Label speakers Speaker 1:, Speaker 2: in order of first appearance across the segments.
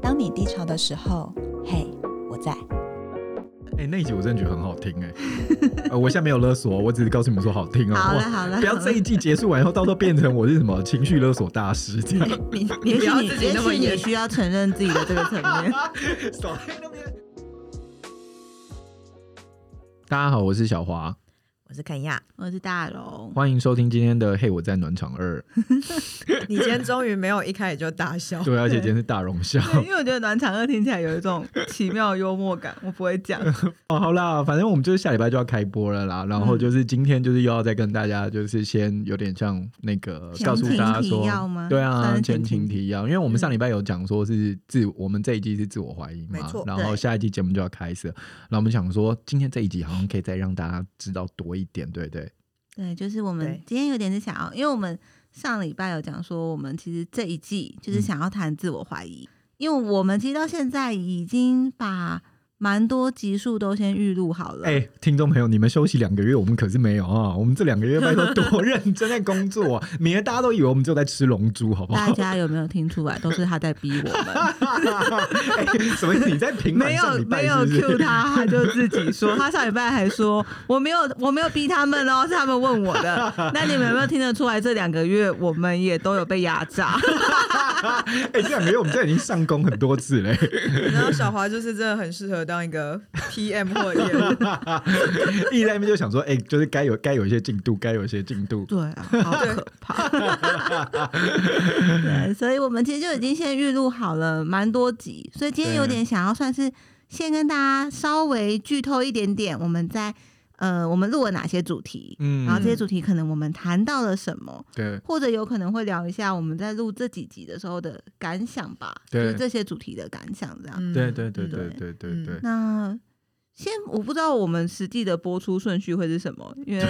Speaker 1: 当你低潮的时候，嘿，我在。
Speaker 2: 哎、那一集我真的觉得很好听哎、呃，我现在没有勒索，我只是告诉你们说好听哦、
Speaker 1: 好了
Speaker 2: 哇
Speaker 1: 好了
Speaker 2: 不要这一季结束完以后，到时候变成我是什么情绪勒索大师这 样。
Speaker 1: 你也
Speaker 3: 不
Speaker 1: 许
Speaker 3: 要
Speaker 1: 你
Speaker 3: 自己
Speaker 1: 也
Speaker 3: 那么
Speaker 1: 许你
Speaker 3: 严
Speaker 1: 需要承认自己的这个层面。
Speaker 2: 少在那边
Speaker 4: 大家好，我是小华，
Speaker 1: 我是肯亚，
Speaker 3: 我是大 龙，
Speaker 4: 欢迎收听今天的《嘿我在暖场二》。
Speaker 3: 你今天终于没有一开始就大笑，
Speaker 4: 对，而且今天是大荣笑。
Speaker 3: 对因为我觉得暖场二听起来有一种奇妙的幽默感，我不会 讲。
Speaker 4: 哦，好啦，反正我们就是下礼拜就要开播了啦。然后就是今天就是又要再跟大家就是先有点像那个
Speaker 1: 前
Speaker 4: 告诉大家
Speaker 1: 情提要吗
Speaker 4: 说，对
Speaker 1: 算
Speaker 4: 啊
Speaker 1: 是，前
Speaker 4: 前情
Speaker 1: 情
Speaker 4: 提要，因为我们上礼拜有讲说是自我们这一季是自我怀疑
Speaker 3: 没
Speaker 4: 嘛
Speaker 3: 错，
Speaker 4: 然后
Speaker 3: 对
Speaker 4: 下一季节目就要开始了。然后我们想说，今天这一集好像可以再让大家知道多一点，对不对？
Speaker 1: 对，就是我们
Speaker 3: 对
Speaker 1: 今天有点是想要，因为我们上礼拜有讲说，我们其实这一季就是想要谈自我怀疑，因为我们其实到现在已经把蛮多集数都先预录好了。
Speaker 4: 哎、听众朋友，你们休息两个月，我们可是没有啊！ 我们这两个月拜托多认真在工作啊，免得大家都以为我们只有在吃龙珠，好不
Speaker 1: 大
Speaker 4: 好？
Speaker 1: 家有没有听出来？都是他在逼我们。
Speaker 4: 哎、什么意思？你在平板
Speaker 3: 没有
Speaker 4: 上礼拜
Speaker 3: 没有
Speaker 4: 是不
Speaker 3: Q
Speaker 4: 是？
Speaker 3: 他，他就自己说，他上礼拜还说我没有我没有逼他们哦，是他们问我的。那你们有没有听得出来？这两个月我们也都有被压榨。
Speaker 4: 哎、这两个月我们这已经上工很多次嘞，
Speaker 5: 然后小华就是真的很适合当一个 PM 或业务，
Speaker 4: 一直在那边就想说，哎、就是该有该有一些进度，该有一些进度。
Speaker 3: 对啊，好可怕。
Speaker 1: 对，所以我们其实就已经先预录好了蛮多集，所以今天有
Speaker 4: 啊
Speaker 1: 点想要算是先跟大家稍微剧透一点点，我们在呃我们录了哪些主题，
Speaker 4: 嗯
Speaker 1: 然后这些主嗯题可能我们谈到了什么，
Speaker 4: 对
Speaker 1: 或者有可能会聊一下我们在录这几集的时候的感想吧，就
Speaker 4: 对
Speaker 1: 是这些主题的感想这样。
Speaker 5: 嗯
Speaker 4: 对对对
Speaker 5: 嗯
Speaker 4: 对对对对，
Speaker 1: 那
Speaker 3: 先我不知道我们实际的播出顺序会是什么， 因为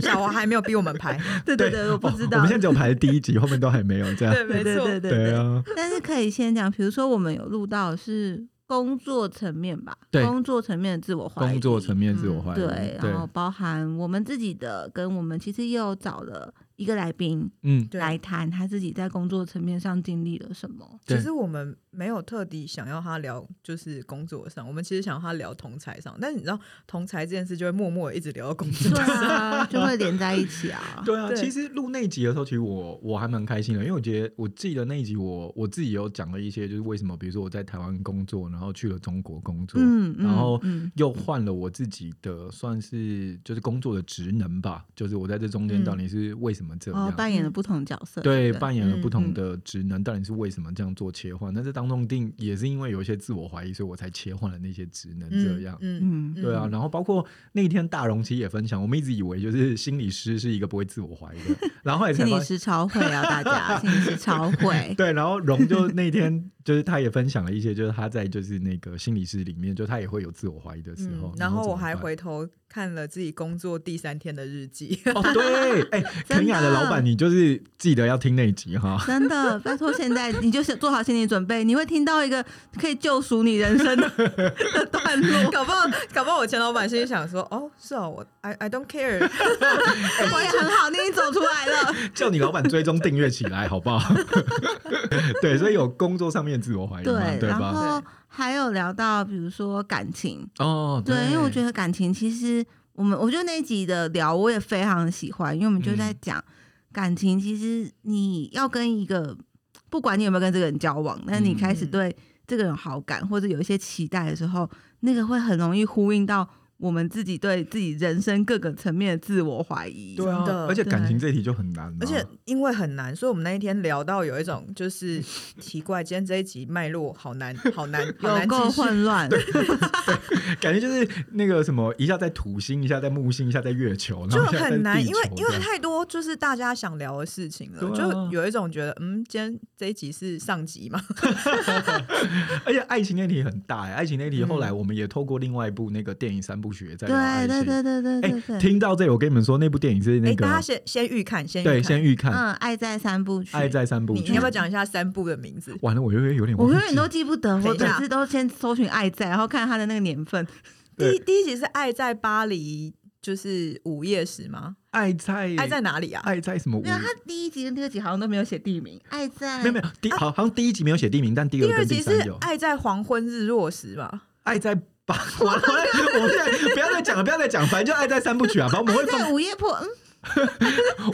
Speaker 5: 小华还没有逼我们拍，
Speaker 3: 对对对，我不知
Speaker 4: 哦我
Speaker 3: 道
Speaker 4: 们现。在只有排第一集，后面都还没有这样。
Speaker 5: 对，
Speaker 3: 对
Speaker 5: 没
Speaker 3: 对
Speaker 5: 错，
Speaker 3: 对对
Speaker 4: 对
Speaker 3: 对，
Speaker 4: 啊，
Speaker 1: 但是可以先讲，比如说我们有录到是工作层面吧，
Speaker 4: 对
Speaker 1: 工作层面的自我怀疑，
Speaker 4: 工作层面自我
Speaker 5: 嗯
Speaker 4: 怀疑。
Speaker 1: 对，然后包含我们自己的，跟我们其实也有找了一个来宾
Speaker 4: 嗯，
Speaker 5: 对
Speaker 1: 来谈他自己在工作层面上经历了什么。
Speaker 4: 对
Speaker 5: 其实我们没有特地想要他聊，就是工作上，我们其实想要他聊同才上，但是你知道同才这件事就会默默地一直聊到工作
Speaker 1: 对，啊，就会连在一起 啊。
Speaker 4: 对啊，
Speaker 5: 对
Speaker 4: 其实录那一集的时候，其实我我还蛮开心的，因为我觉得我记得那一集我我自己有讲了一些，就是为什么，比如说我在台湾工作，然后去了中国工作，
Speaker 1: 嗯，嗯
Speaker 4: 然后
Speaker 1: 嗯，
Speaker 4: 又换了我自己的算是就是工作的职能吧，就是我在这中间
Speaker 5: 嗯
Speaker 4: 到底是为什么这样。
Speaker 1: 哦，扮演了不同角色，
Speaker 4: 对，
Speaker 1: 不
Speaker 4: 扮演了不
Speaker 1: 嗯
Speaker 4: 同
Speaker 1: 嗯
Speaker 4: 的职能，到底是为什么这样做切换？但是当中一定也是因为有一些自我怀疑，所以我才切换了那些职能
Speaker 5: 嗯
Speaker 4: 这样。
Speaker 5: 嗯，
Speaker 1: 嗯，
Speaker 4: 对啊，然后包括那一天大荣其实也分享，我们一直以为就是心理师是一个不会自我怀疑的，然后后来才
Speaker 1: 心
Speaker 4: 发
Speaker 1: 理
Speaker 4: 现。
Speaker 1: 师超会啊，大家 心理师超会。
Speaker 4: 对，然后荣就那天就是他也分享了一些，就是他在就是那个心理师里面，就他也会有自我怀疑的时候。
Speaker 5: 嗯然后
Speaker 4: 怎么
Speaker 5: 我还
Speaker 4: 办
Speaker 5: 回头看了自己工作第三天的日记，
Speaker 4: 哦，对， 哎、
Speaker 1: 真
Speaker 4: 肯雅的老
Speaker 1: 的
Speaker 4: 板，你就是记得要听那一集 哈。
Speaker 1: 真的，拜托，现在你就是做好心理准备，你会听到一个可以救赎你人生的 的段落。
Speaker 5: 搞不好搞不好我前老板心里想说，哦，是哦，我 I I don't care，
Speaker 1: 那也很好，你已经走出来了。
Speaker 4: 叫你老板追踪订阅起来，好不 好？对，所以有工作上面自我怀疑嘛，
Speaker 1: 对，
Speaker 4: 对
Speaker 1: 然
Speaker 4: 吧？
Speaker 1: 后还有聊到比如说感情，
Speaker 4: 哦，
Speaker 1: 对，因为我觉
Speaker 4: 得，
Speaker 1: 得感情其实我们我觉得那一集的聊我也非常喜欢，因为我们就
Speaker 4: 嗯
Speaker 1: 在讲、感情，其实你要跟一个不管你有没有跟这个人交往，但你开始
Speaker 5: 嗯
Speaker 1: 对这个人有好感或者有一些期待的时候，那个会很容易呼应到我们自己对自己人生各个层面的自我怀疑。
Speaker 4: 对啊
Speaker 5: 真的，
Speaker 4: 而且感
Speaker 5: 对
Speaker 4: 情这一题就很难、啊，
Speaker 5: 而且因为很难，所以我们那一天聊到有一种就是奇怪，今天这一集脉络好难，好难，好
Speaker 1: 有
Speaker 5: 难
Speaker 1: 够
Speaker 5: 继续。
Speaker 1: 混乱，
Speaker 4: 感觉就是那个什么，一下在土星，一下在木星，一下在月球，然
Speaker 5: 就
Speaker 4: 后一下在
Speaker 5: 很难，
Speaker 4: 地
Speaker 5: 因为
Speaker 4: 球
Speaker 5: 因为
Speaker 4: 这样
Speaker 5: 太多就是大家想聊的事情了，
Speaker 4: 对啊
Speaker 5: 就有一种觉得，嗯，今天这一集是上集嘛，
Speaker 4: 而且爱情那题很大、欸，爱情那题
Speaker 5: 嗯
Speaker 4: 后来我们也透过另外一部那个电影三部曲也在聊爱
Speaker 1: 对
Speaker 4: 情。
Speaker 1: 对对对对对对。
Speaker 4: 哎，听到这里，我跟你们说，那部电影是
Speaker 5: 哎、
Speaker 4: 那个、
Speaker 5: 大家先先预看，先预看
Speaker 4: 对，先预看《
Speaker 1: 嗯，爱在三部曲，
Speaker 4: 爱在三部
Speaker 5: 你
Speaker 4: 曲
Speaker 5: 你》要不要。讲一下三部的名字？
Speaker 4: 完了，我又有点忘
Speaker 1: 我
Speaker 4: 记
Speaker 1: 永远都记不得，我
Speaker 5: 等一
Speaker 1: 每
Speaker 5: 下
Speaker 1: 次都先搜寻爱在，然后看他的那个年份。
Speaker 5: 第
Speaker 4: 对
Speaker 5: 一第一集是《爱在巴黎》，就是午夜时吗？
Speaker 4: 爱在
Speaker 5: 爱在哪里啊？
Speaker 4: 爱在什么五？
Speaker 1: 没有，他第一集跟第二集好像都没有写地名，嗯爱在
Speaker 4: 没有没有，第好好像第一集没有写地名，但第二
Speaker 5: 第
Speaker 4: 跟
Speaker 5: 二
Speaker 4: 第
Speaker 5: 集
Speaker 4: 三
Speaker 5: 是
Speaker 4: 有。
Speaker 5: 爱在黄昏日落时吧？
Speaker 4: 爱在八，我我我们现在不要再讲了，不要再讲，反正就爱在三部曲啊。反正我们会
Speaker 1: 在
Speaker 4: 放，
Speaker 1: 午夜破， 嗯，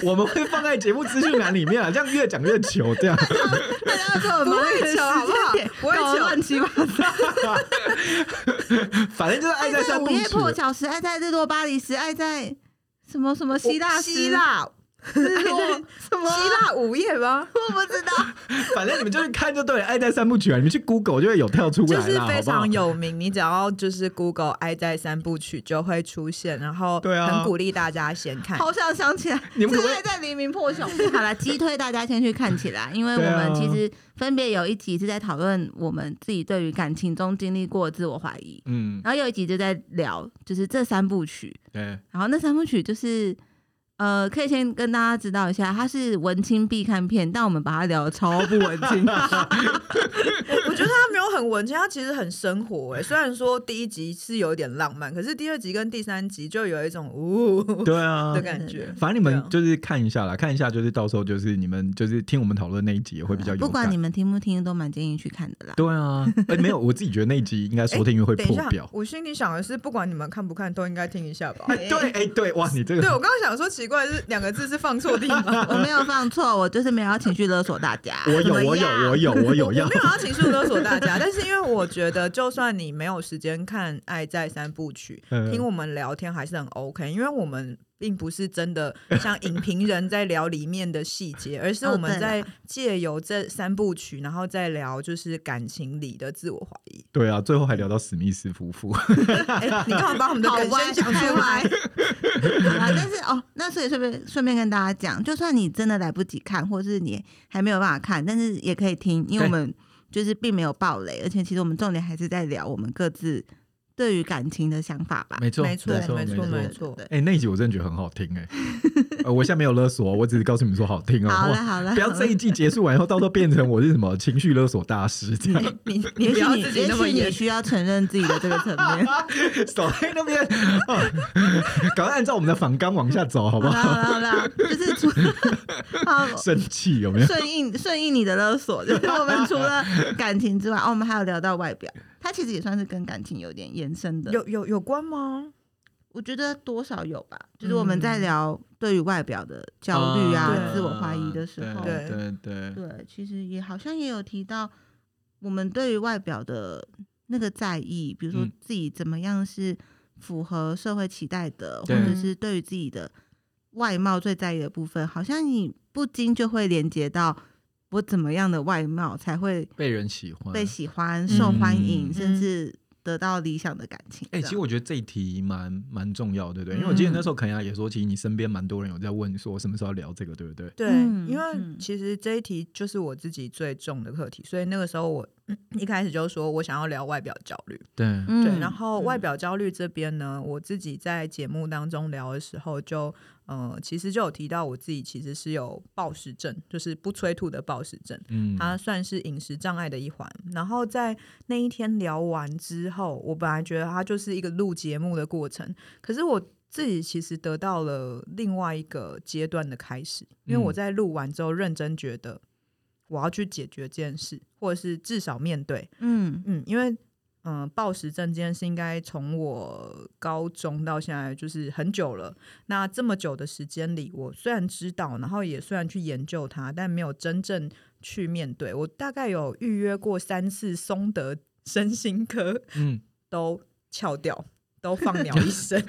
Speaker 4: 我们会放在节目资讯栏里面啊，这样越讲越糗，这样。
Speaker 1: 大家给我
Speaker 5: 不
Speaker 1: 们
Speaker 5: 会
Speaker 1: 那个
Speaker 5: 求好不
Speaker 1: 时间
Speaker 5: 好
Speaker 1: 点
Speaker 5: 不会
Speaker 1: 搞得
Speaker 5: 求
Speaker 1: 乱七八糟。
Speaker 4: 反正就是爱在三
Speaker 1: 午
Speaker 4: 部
Speaker 1: 夜破
Speaker 4: 曲。
Speaker 1: 晓时，爱在日落巴黎时，爱在什么什么希腊时
Speaker 5: 希腊
Speaker 1: 日落
Speaker 5: 爱在
Speaker 1: 什么啊，
Speaker 5: 希腊午夜吗？
Speaker 1: 我不 知道。
Speaker 4: 反正你们就是看就对了，爱在三部曲啊，你们去 Google 就会有跳出来
Speaker 5: 就
Speaker 4: 啦，
Speaker 5: 是非
Speaker 4: 好不好
Speaker 5: 常有名，你只要就是 Google 爱在三部曲就会出现，然后
Speaker 4: 对啊
Speaker 5: 很鼓励大家先看。
Speaker 1: 好想想起来，
Speaker 4: 你们可不可
Speaker 1: 是
Speaker 4: 以
Speaker 1: 爱在黎明破晓。 好了，击退大家先去看起 来，因为我
Speaker 4: 对啊
Speaker 1: 们其实分别有一集是在讨论我们自己对于感情中经历过的自我怀疑，
Speaker 4: 嗯，
Speaker 1: 然后有一集就在聊就是这三部曲，
Speaker 4: 对，
Speaker 1: 然后那三部曲就是。呃，可以先跟大家知道一下，它是文青必看片，但我们把它聊得超不文青。
Speaker 5: 我觉得他没有很文青，他其实很生活哎、虽然说第一集是有点浪漫，可是第二集跟第三集就有一种呜、
Speaker 4: 对啊
Speaker 5: 的。感觉。
Speaker 4: 反正你
Speaker 5: 对
Speaker 4: 们
Speaker 5: 啊
Speaker 4: 就是看一下啦，看一下就是到时候就是你们就是听我们讨论那一集也 会比
Speaker 5: 啊
Speaker 4: 较有感。
Speaker 1: 不管你们听不听，都蛮建议去看的啦。
Speaker 4: 对 啊，哎没有，我自己觉得那一集应该收听率会
Speaker 5: 等一
Speaker 4: 破
Speaker 5: 下
Speaker 4: 表，。
Speaker 5: 我心里想的是，不管你们看不看，都应该听一下吧。
Speaker 4: 哎 对，哎对，哇，你这
Speaker 5: 对
Speaker 4: 个
Speaker 5: 我刚刚想说奇怪，是两个字是放错地方。
Speaker 1: 我没有放错，我就是没有要情绪勒索大家。
Speaker 4: 我有
Speaker 1: 怎么
Speaker 4: 我有
Speaker 1: 样
Speaker 4: 我有我有
Speaker 5: 我
Speaker 4: 要
Speaker 5: 没有要情绪勒索 大家，但是因为我觉得，就算你没有时间看《爱在三部曲》
Speaker 4: 嗯
Speaker 5: 听我们聊天还是很 OK，因为我们并不是真的像影评人在聊里面的细节，而是我
Speaker 1: 哦
Speaker 5: 们
Speaker 1: 对
Speaker 5: 在
Speaker 1: 啦
Speaker 5: 借由这三部曲，然后再聊就是感情里的自我怀疑。
Speaker 4: 对啊，最后还聊到史密斯夫妇。
Speaker 5: 哎、你干嘛把我们的
Speaker 1: 好
Speaker 5: 梗
Speaker 1: 歪，
Speaker 5: 先讲
Speaker 1: 太
Speaker 5: 出
Speaker 1: 歪
Speaker 5: 来？
Speaker 1: 啊！但是哦，那所以顺便顺便跟大家讲，就算你真的来不及看，或是你还没有办法看，但是也可以听，因
Speaker 4: 对
Speaker 1: 为我们就是并没有暴雷，而且其实我们重点还是在聊我们各自对于感情的想法吧。
Speaker 4: 没 错，
Speaker 5: 没错
Speaker 4: 没错，
Speaker 5: 没错
Speaker 4: 没
Speaker 5: 没
Speaker 4: 错。
Speaker 5: 错
Speaker 1: 对对
Speaker 4: 哎、那一集我真的觉得很好听哎、呃，我现在没有勒 索，我只是告诉你们说好听哦、
Speaker 1: 对好了
Speaker 4: 哇
Speaker 1: 好了，
Speaker 4: 不要
Speaker 1: 好了
Speaker 4: 这一季结束完以后，到时候变成我是什么情绪勒索大师这样，
Speaker 5: 你你
Speaker 1: 也
Speaker 5: 不
Speaker 1: 许
Speaker 5: 要
Speaker 1: 你
Speaker 5: 自己
Speaker 1: 也
Speaker 5: 那么
Speaker 1: 许你
Speaker 5: 严
Speaker 1: 需要承认自己的这个层面。
Speaker 4: 手在那边，哦赶、快按照我们的反纲往下走，好
Speaker 1: 好
Speaker 4: 不
Speaker 1: 了
Speaker 4: 好？
Speaker 1: 好了好了，就是除好
Speaker 4: 生气有没有？
Speaker 1: 顺应顺应你的勒索，就是我们除了感情之外，哦，我们还有聊到外表，它其实也算是跟感情有点延伸的。
Speaker 5: 有有有关吗？
Speaker 1: 我觉得多少有吧，就是我们在聊对于外表的焦虑啊、
Speaker 5: 嗯
Speaker 1: 自我怀疑的时候，
Speaker 5: 对
Speaker 4: 对对对，
Speaker 1: 对其实也好像也有提到我们对于外表的那个在意，比如说
Speaker 4: 嗯
Speaker 1: 自己怎么样是符合社会期待的，或
Speaker 4: 对
Speaker 1: 者是对于自己的外貌最在意的部分，好像你不禁就会连接到我怎么样的外貌才会
Speaker 4: 被人喜欢
Speaker 1: 被喜欢、受欢迎，
Speaker 4: 嗯
Speaker 1: 甚至得到理想的感情。
Speaker 4: 哎、
Speaker 1: 这样
Speaker 4: 其实我觉得这一题蛮蛮重要，对不对？因为我记得那时候肯亚也说，其实你身边蛮多人有在问说什么时候要聊这个，对不对？
Speaker 5: 对，
Speaker 1: 嗯
Speaker 5: 因为
Speaker 1: 嗯
Speaker 5: 其实这一题就是我自己最重的课题，所以那个时候我 一开始就说我想要聊外表焦虑。
Speaker 4: 对，
Speaker 1: 嗯
Speaker 5: 对，然后外
Speaker 1: 嗯
Speaker 5: 表焦虑这边呢，我自己在节目当中聊的时候就，呃，其实就有提到我自己其实是有暴食症，就是不催吐的暴食症，
Speaker 4: 嗯，
Speaker 5: 它算是饮食障碍的一环。然后在那一天聊完之后，我本来觉得它就是一个录节目的过程，可是我。自己其实得到了另外一个阶段的开始，因为我
Speaker 4: 嗯
Speaker 5: 在录完之后，认真觉得我要去解决这件事，或者是至少面对。
Speaker 1: 嗯
Speaker 5: 嗯，因为嗯、呃暴食症这件事应该从我高中到现在就是很久了。那这么久的时间里，我虽然知道，然后也虽然去研究它，但没有真正去面对。我大概有预约过三次松德 身心科，
Speaker 4: 嗯，
Speaker 5: 都翘掉， 都放鸟 一生。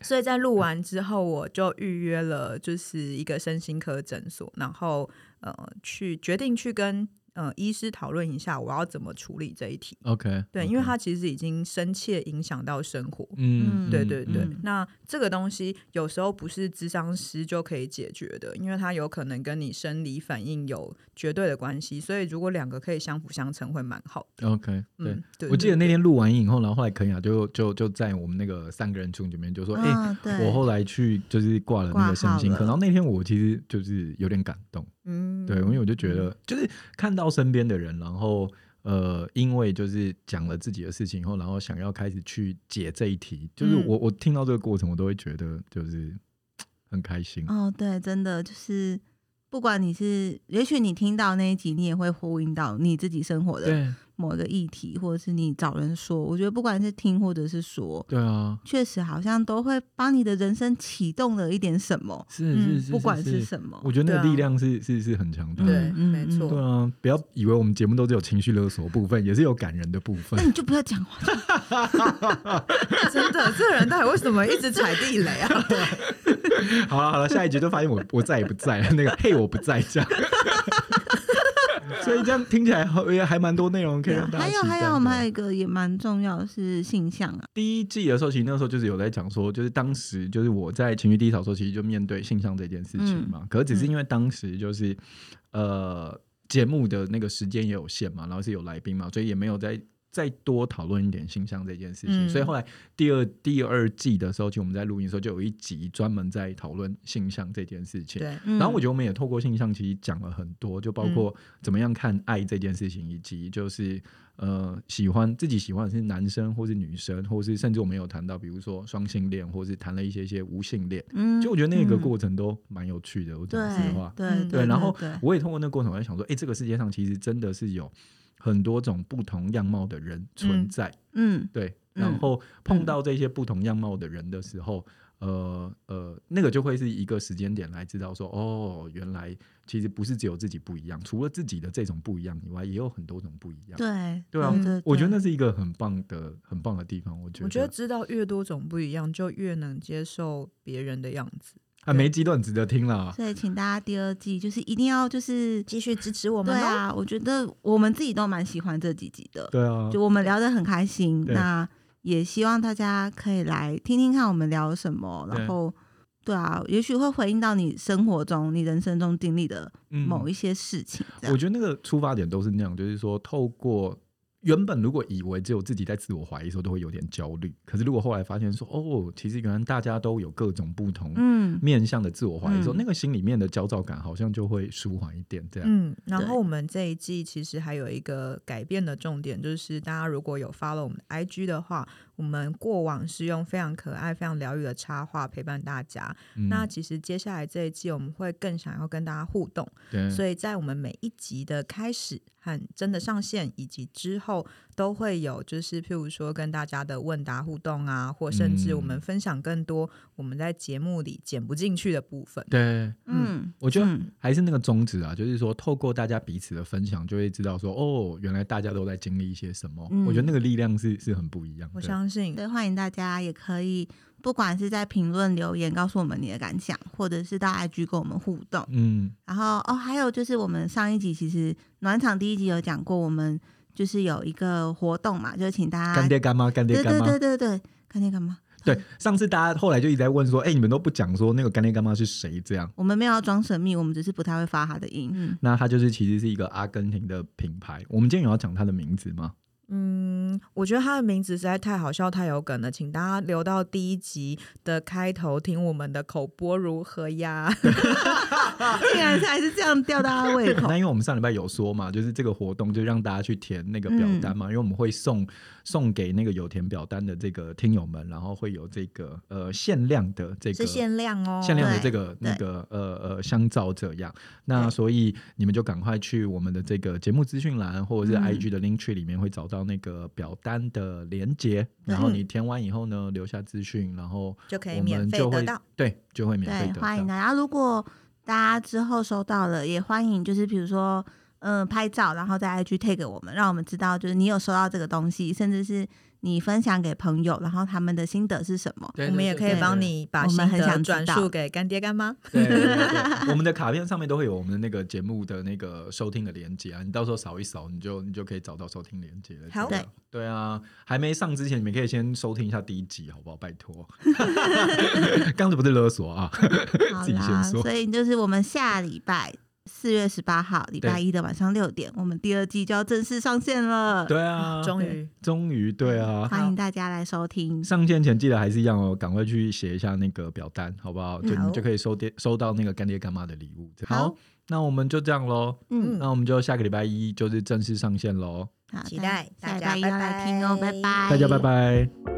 Speaker 5: 所以在录完之后，我就预约了就是一个身心科诊所，然后呃去决定去跟呃医师讨论一下我要怎么处理这一题。
Speaker 4: OK，
Speaker 5: 对，因为它其实已经深切影响到生活。
Speaker 4: 嗯，
Speaker 5: 对对对，
Speaker 1: 嗯
Speaker 5: 那这个东西有时候不是智商师就可以解决的，因为它有可能跟你生理反应有绝对的关系，所以如果两个可以相辅相成，会蛮好的。
Speaker 4: OK，对
Speaker 5: 嗯，，对
Speaker 4: 我记
Speaker 5: 对
Speaker 4: 得那天录完影以后，然后后来肯雅就就就在我们那个三个人群里面就说：“哎、
Speaker 1: 嗯，对，
Speaker 4: 我后来去就是挂了那个身心科。”
Speaker 1: 挂号了
Speaker 4: 然后那天我其实就是有点感动，
Speaker 5: 嗯
Speaker 4: 对，因为我就觉得就是看到身边的人，然后呃，因为就是讲了自己的事情以后，然后想要开始去解这一题，就是
Speaker 5: 嗯
Speaker 4: 我、我听到这个过程，我都会觉得就是很开心。
Speaker 5: 嗯
Speaker 1: 哦，对，真的就是，不管你是，也许你听到那一集，你也会呼应到你自己生活的
Speaker 4: 对
Speaker 1: 某个议题，或者是你找人说，我觉得不管是听或者是说，
Speaker 4: 对啊，
Speaker 1: 确实好像都会帮你的人生启动了一点什么，
Speaker 4: 是
Speaker 5: 嗯
Speaker 4: 是是，
Speaker 1: 不管是
Speaker 4: 是，
Speaker 1: 什么。
Speaker 4: 我觉得那
Speaker 5: 对
Speaker 4: 个
Speaker 5: 啊
Speaker 4: 力量是、是是很强大
Speaker 5: 对，
Speaker 4: 的。
Speaker 1: 嗯
Speaker 5: 没错，
Speaker 4: 对啊，不要以为我们节目都只有情绪勒索部分，也是有感人的部分
Speaker 1: 那。你就不要讲话，
Speaker 5: 真的，这个人到底为什么一直踩地雷 啊？
Speaker 4: 好了好了，下一集就发现我我在也不在了，那个嘿我不在这样。 所以这样听起来好也还蛮多内容可以让大家
Speaker 1: 还有
Speaker 4: 期
Speaker 1: 还
Speaker 4: 待
Speaker 1: 有，我们
Speaker 4: 的
Speaker 1: 还有一个也蛮重要的是性向啊，
Speaker 4: 第一季的时候，其实那时候就是有在讲说，就是当时就是我在情绪低潮的时候，其实就面对性向这件事情
Speaker 1: 嗯
Speaker 4: 嘛。可是只是因为当时就是、呃节目的那个时间也有限嘛，然后是有来宾嘛，所以也没有再再多讨论一点性向这件事情。
Speaker 5: 嗯
Speaker 4: 所以后来第二第二季的时候，其实我们在录音的时候就有一集专门在讨论性向这件事情。
Speaker 5: 对，
Speaker 1: 嗯
Speaker 4: 然后我觉得我们也透过性向其实讲了很多，就包括怎么样看爱这件事情，以及就是呃喜欢自己喜欢的是男生或是女生，或是甚至我们有谈到，比如说双性恋，或是谈了一些一些无性恋，
Speaker 1: 嗯
Speaker 4: 就我觉得那个
Speaker 1: 嗯
Speaker 4: 过程都蛮有趣的。我讲实
Speaker 1: 对
Speaker 4: 话，
Speaker 1: 对
Speaker 5: 嗯
Speaker 4: 对，然后
Speaker 1: 对
Speaker 4: 我也通过那个过程，我在想说，哎，这个世界上其实真的是有很多种不同样貌的人存
Speaker 5: 嗯
Speaker 4: 在，
Speaker 1: 嗯
Speaker 4: 对，
Speaker 1: 嗯
Speaker 4: 然后碰
Speaker 1: 嗯
Speaker 4: 到这些不同样貌的人的时候，呃呃，那个就会是一个时间点来知道说，哦，原来其实不是只有自己不一样，除了自己的这种不一样以外，也有很多种不一样。
Speaker 1: 对
Speaker 4: 对啊
Speaker 1: 对
Speaker 4: 我觉得
Speaker 1: 对
Speaker 4: 那是一个很棒的、很棒的地方。我觉得，
Speaker 5: 我觉得知道越多种不一样，就越能接受别人的样子。
Speaker 4: 啊，每一集都很值得听啦。
Speaker 1: 所以请大家第二季就是一定要就是
Speaker 5: 继续支持我
Speaker 1: 对
Speaker 5: 们哦，
Speaker 1: 啊，我觉得我们自己都蛮喜欢这几集的，
Speaker 4: 对啊，
Speaker 1: 就我们聊得很开心。
Speaker 4: 对
Speaker 1: 那也希望大家可以来听听看我们聊什么，
Speaker 4: 对
Speaker 1: 然后对啊，也许会回应到你生活中、你人生中经历的
Speaker 4: 嗯
Speaker 1: 某一些事情。这样
Speaker 4: 我觉得那个出发点都是那样，就是说，透过原本如果以为只有自己在自我怀疑的时候都会有点焦虑，可是如果后来发现说，哦，其实原来大家都有各种不同
Speaker 1: 嗯，
Speaker 4: 面向的自我怀疑的时候，
Speaker 1: 嗯
Speaker 4: 那个心里面的焦躁感好像就会舒缓一点，这样。
Speaker 5: 嗯，然
Speaker 1: 对
Speaker 5: 后我们这一季其实还有一个改变的重点，就是大家如果有 follow 我们的 IG 的话，我们过往是用非常可爱、非常疗愈的插画陪伴大家。
Speaker 4: 嗯
Speaker 5: 那其实接下来这一季，我们会更想要跟大家互动，
Speaker 4: 对，
Speaker 5: 所以在我们每一集的开始和真的上线，以及之后都会有，就是譬如说跟大家的问答互动啊，或甚至我们
Speaker 4: 嗯
Speaker 5: 分享更多我们在节目里剪不进去的部分。
Speaker 4: 对，
Speaker 1: 嗯，
Speaker 4: 我觉得
Speaker 1: 嗯
Speaker 4: 还是那个宗旨啊，就是说透过大家彼此的分享，就会知道说，哦，原来大家都在经历一些什么。
Speaker 1: 嗯
Speaker 4: 我觉得那个力量是是很不一样的。
Speaker 5: 我相信，
Speaker 1: 对，欢迎大家也可以，不管是在评论留言告诉我们你的感想，或者是到 IG 跟我们互动。
Speaker 4: 嗯，
Speaker 1: 然后哦，还有就是我们上一集其实暖场第一集有讲过，我们就是有一个活动嘛，就是请大
Speaker 4: 干
Speaker 1: 家
Speaker 4: 爹干妈，干爹
Speaker 1: 对
Speaker 4: 干
Speaker 1: 对
Speaker 4: 妈
Speaker 1: 对，对对，干爹干嘛？
Speaker 4: 对。上次大家后来就一直在问说，哎，你们都不讲说那个干爹干妈是谁这样。
Speaker 1: 我们没有要装神秘，我们只是不太会发他的音。嗯，
Speaker 4: 那它就是其实是一个阿根廷的品牌。我们今天有要讲它的名字吗？
Speaker 5: 嗯，我觉得他的名字实在太好笑、太有梗了，请大家留到第一集的开头听我们的口播如何呀？
Speaker 1: 竟然才是这样吊大家胃口
Speaker 4: 那。因为我们上礼拜有说嘛，就是这个活动就让大家去填那个表单
Speaker 5: 嗯
Speaker 4: 嘛，因为我们会送送给那个有填表单的这个听友们，然后会有这个呃限量的这个
Speaker 5: 是限量哦，
Speaker 4: 限量的这
Speaker 1: 对
Speaker 4: 个
Speaker 1: 对
Speaker 4: 那个呃呃香皂这样。那所以你们就赶快去我们的这个节目资讯栏或者是
Speaker 1: 嗯
Speaker 4: IG 的 link tree 里面会找到那个表单的连接，然后你填完以后呢，留下资讯，然后
Speaker 5: 就嗯可以
Speaker 4: 我
Speaker 5: 免
Speaker 4: 们
Speaker 5: 费
Speaker 4: 就
Speaker 5: 得
Speaker 4: 会
Speaker 5: 到。
Speaker 4: 对就 会免费
Speaker 1: 对，
Speaker 4: 得
Speaker 1: 欢迎
Speaker 4: 到。
Speaker 1: 大家。如果大家之后收到了，也欢迎就是比如说，嗯、拍照，然后在 IG tag 给我们，让我们知道就是你有收到这个东西，甚至是你分享给朋友，然后他们的心得是什么。
Speaker 4: 哎
Speaker 5: 我们也可以帮你把
Speaker 1: 我
Speaker 5: 心
Speaker 1: 们很
Speaker 5: 得
Speaker 1: 想知
Speaker 5: 转
Speaker 1: 道
Speaker 5: 述给干爹干妈。
Speaker 4: 对对对 对，我们的卡片上面都会有我们的那个节目的那个收听的连接啊，你到时候扫一扫，你就你就可以找到收听连接了。
Speaker 5: 好
Speaker 4: 这样对啊，还没上之前，你们可以先收听一下第一集，好不好？拜 托，刚才不是勒索啊，
Speaker 1: 好
Speaker 4: 自己
Speaker 1: 啦，
Speaker 4: 先说
Speaker 1: 所以就是我们下礼拜四月十八号礼拜一的晚上六点，我们第二季就要正式上线了。
Speaker 4: 对啊，
Speaker 5: 终于
Speaker 4: 终于对啊，
Speaker 1: 欢迎大家来收听。
Speaker 4: 上线前记得还是一样哦，赶快去写一下那个表单，好不好？就
Speaker 5: 好
Speaker 4: 你就可以收爹收到那个干爹干妈的礼物。
Speaker 1: 嗯好，
Speaker 4: 那我们就这样喽。
Speaker 1: 嗯，
Speaker 4: 那我们就下个礼拜一就是正式上线喽，
Speaker 1: 好，
Speaker 5: 期待
Speaker 1: 下
Speaker 5: 大
Speaker 1: 礼拜一
Speaker 5: 家
Speaker 1: 要来听哦，拜
Speaker 5: 拜拜
Speaker 1: 拜，
Speaker 4: 大家拜。拜。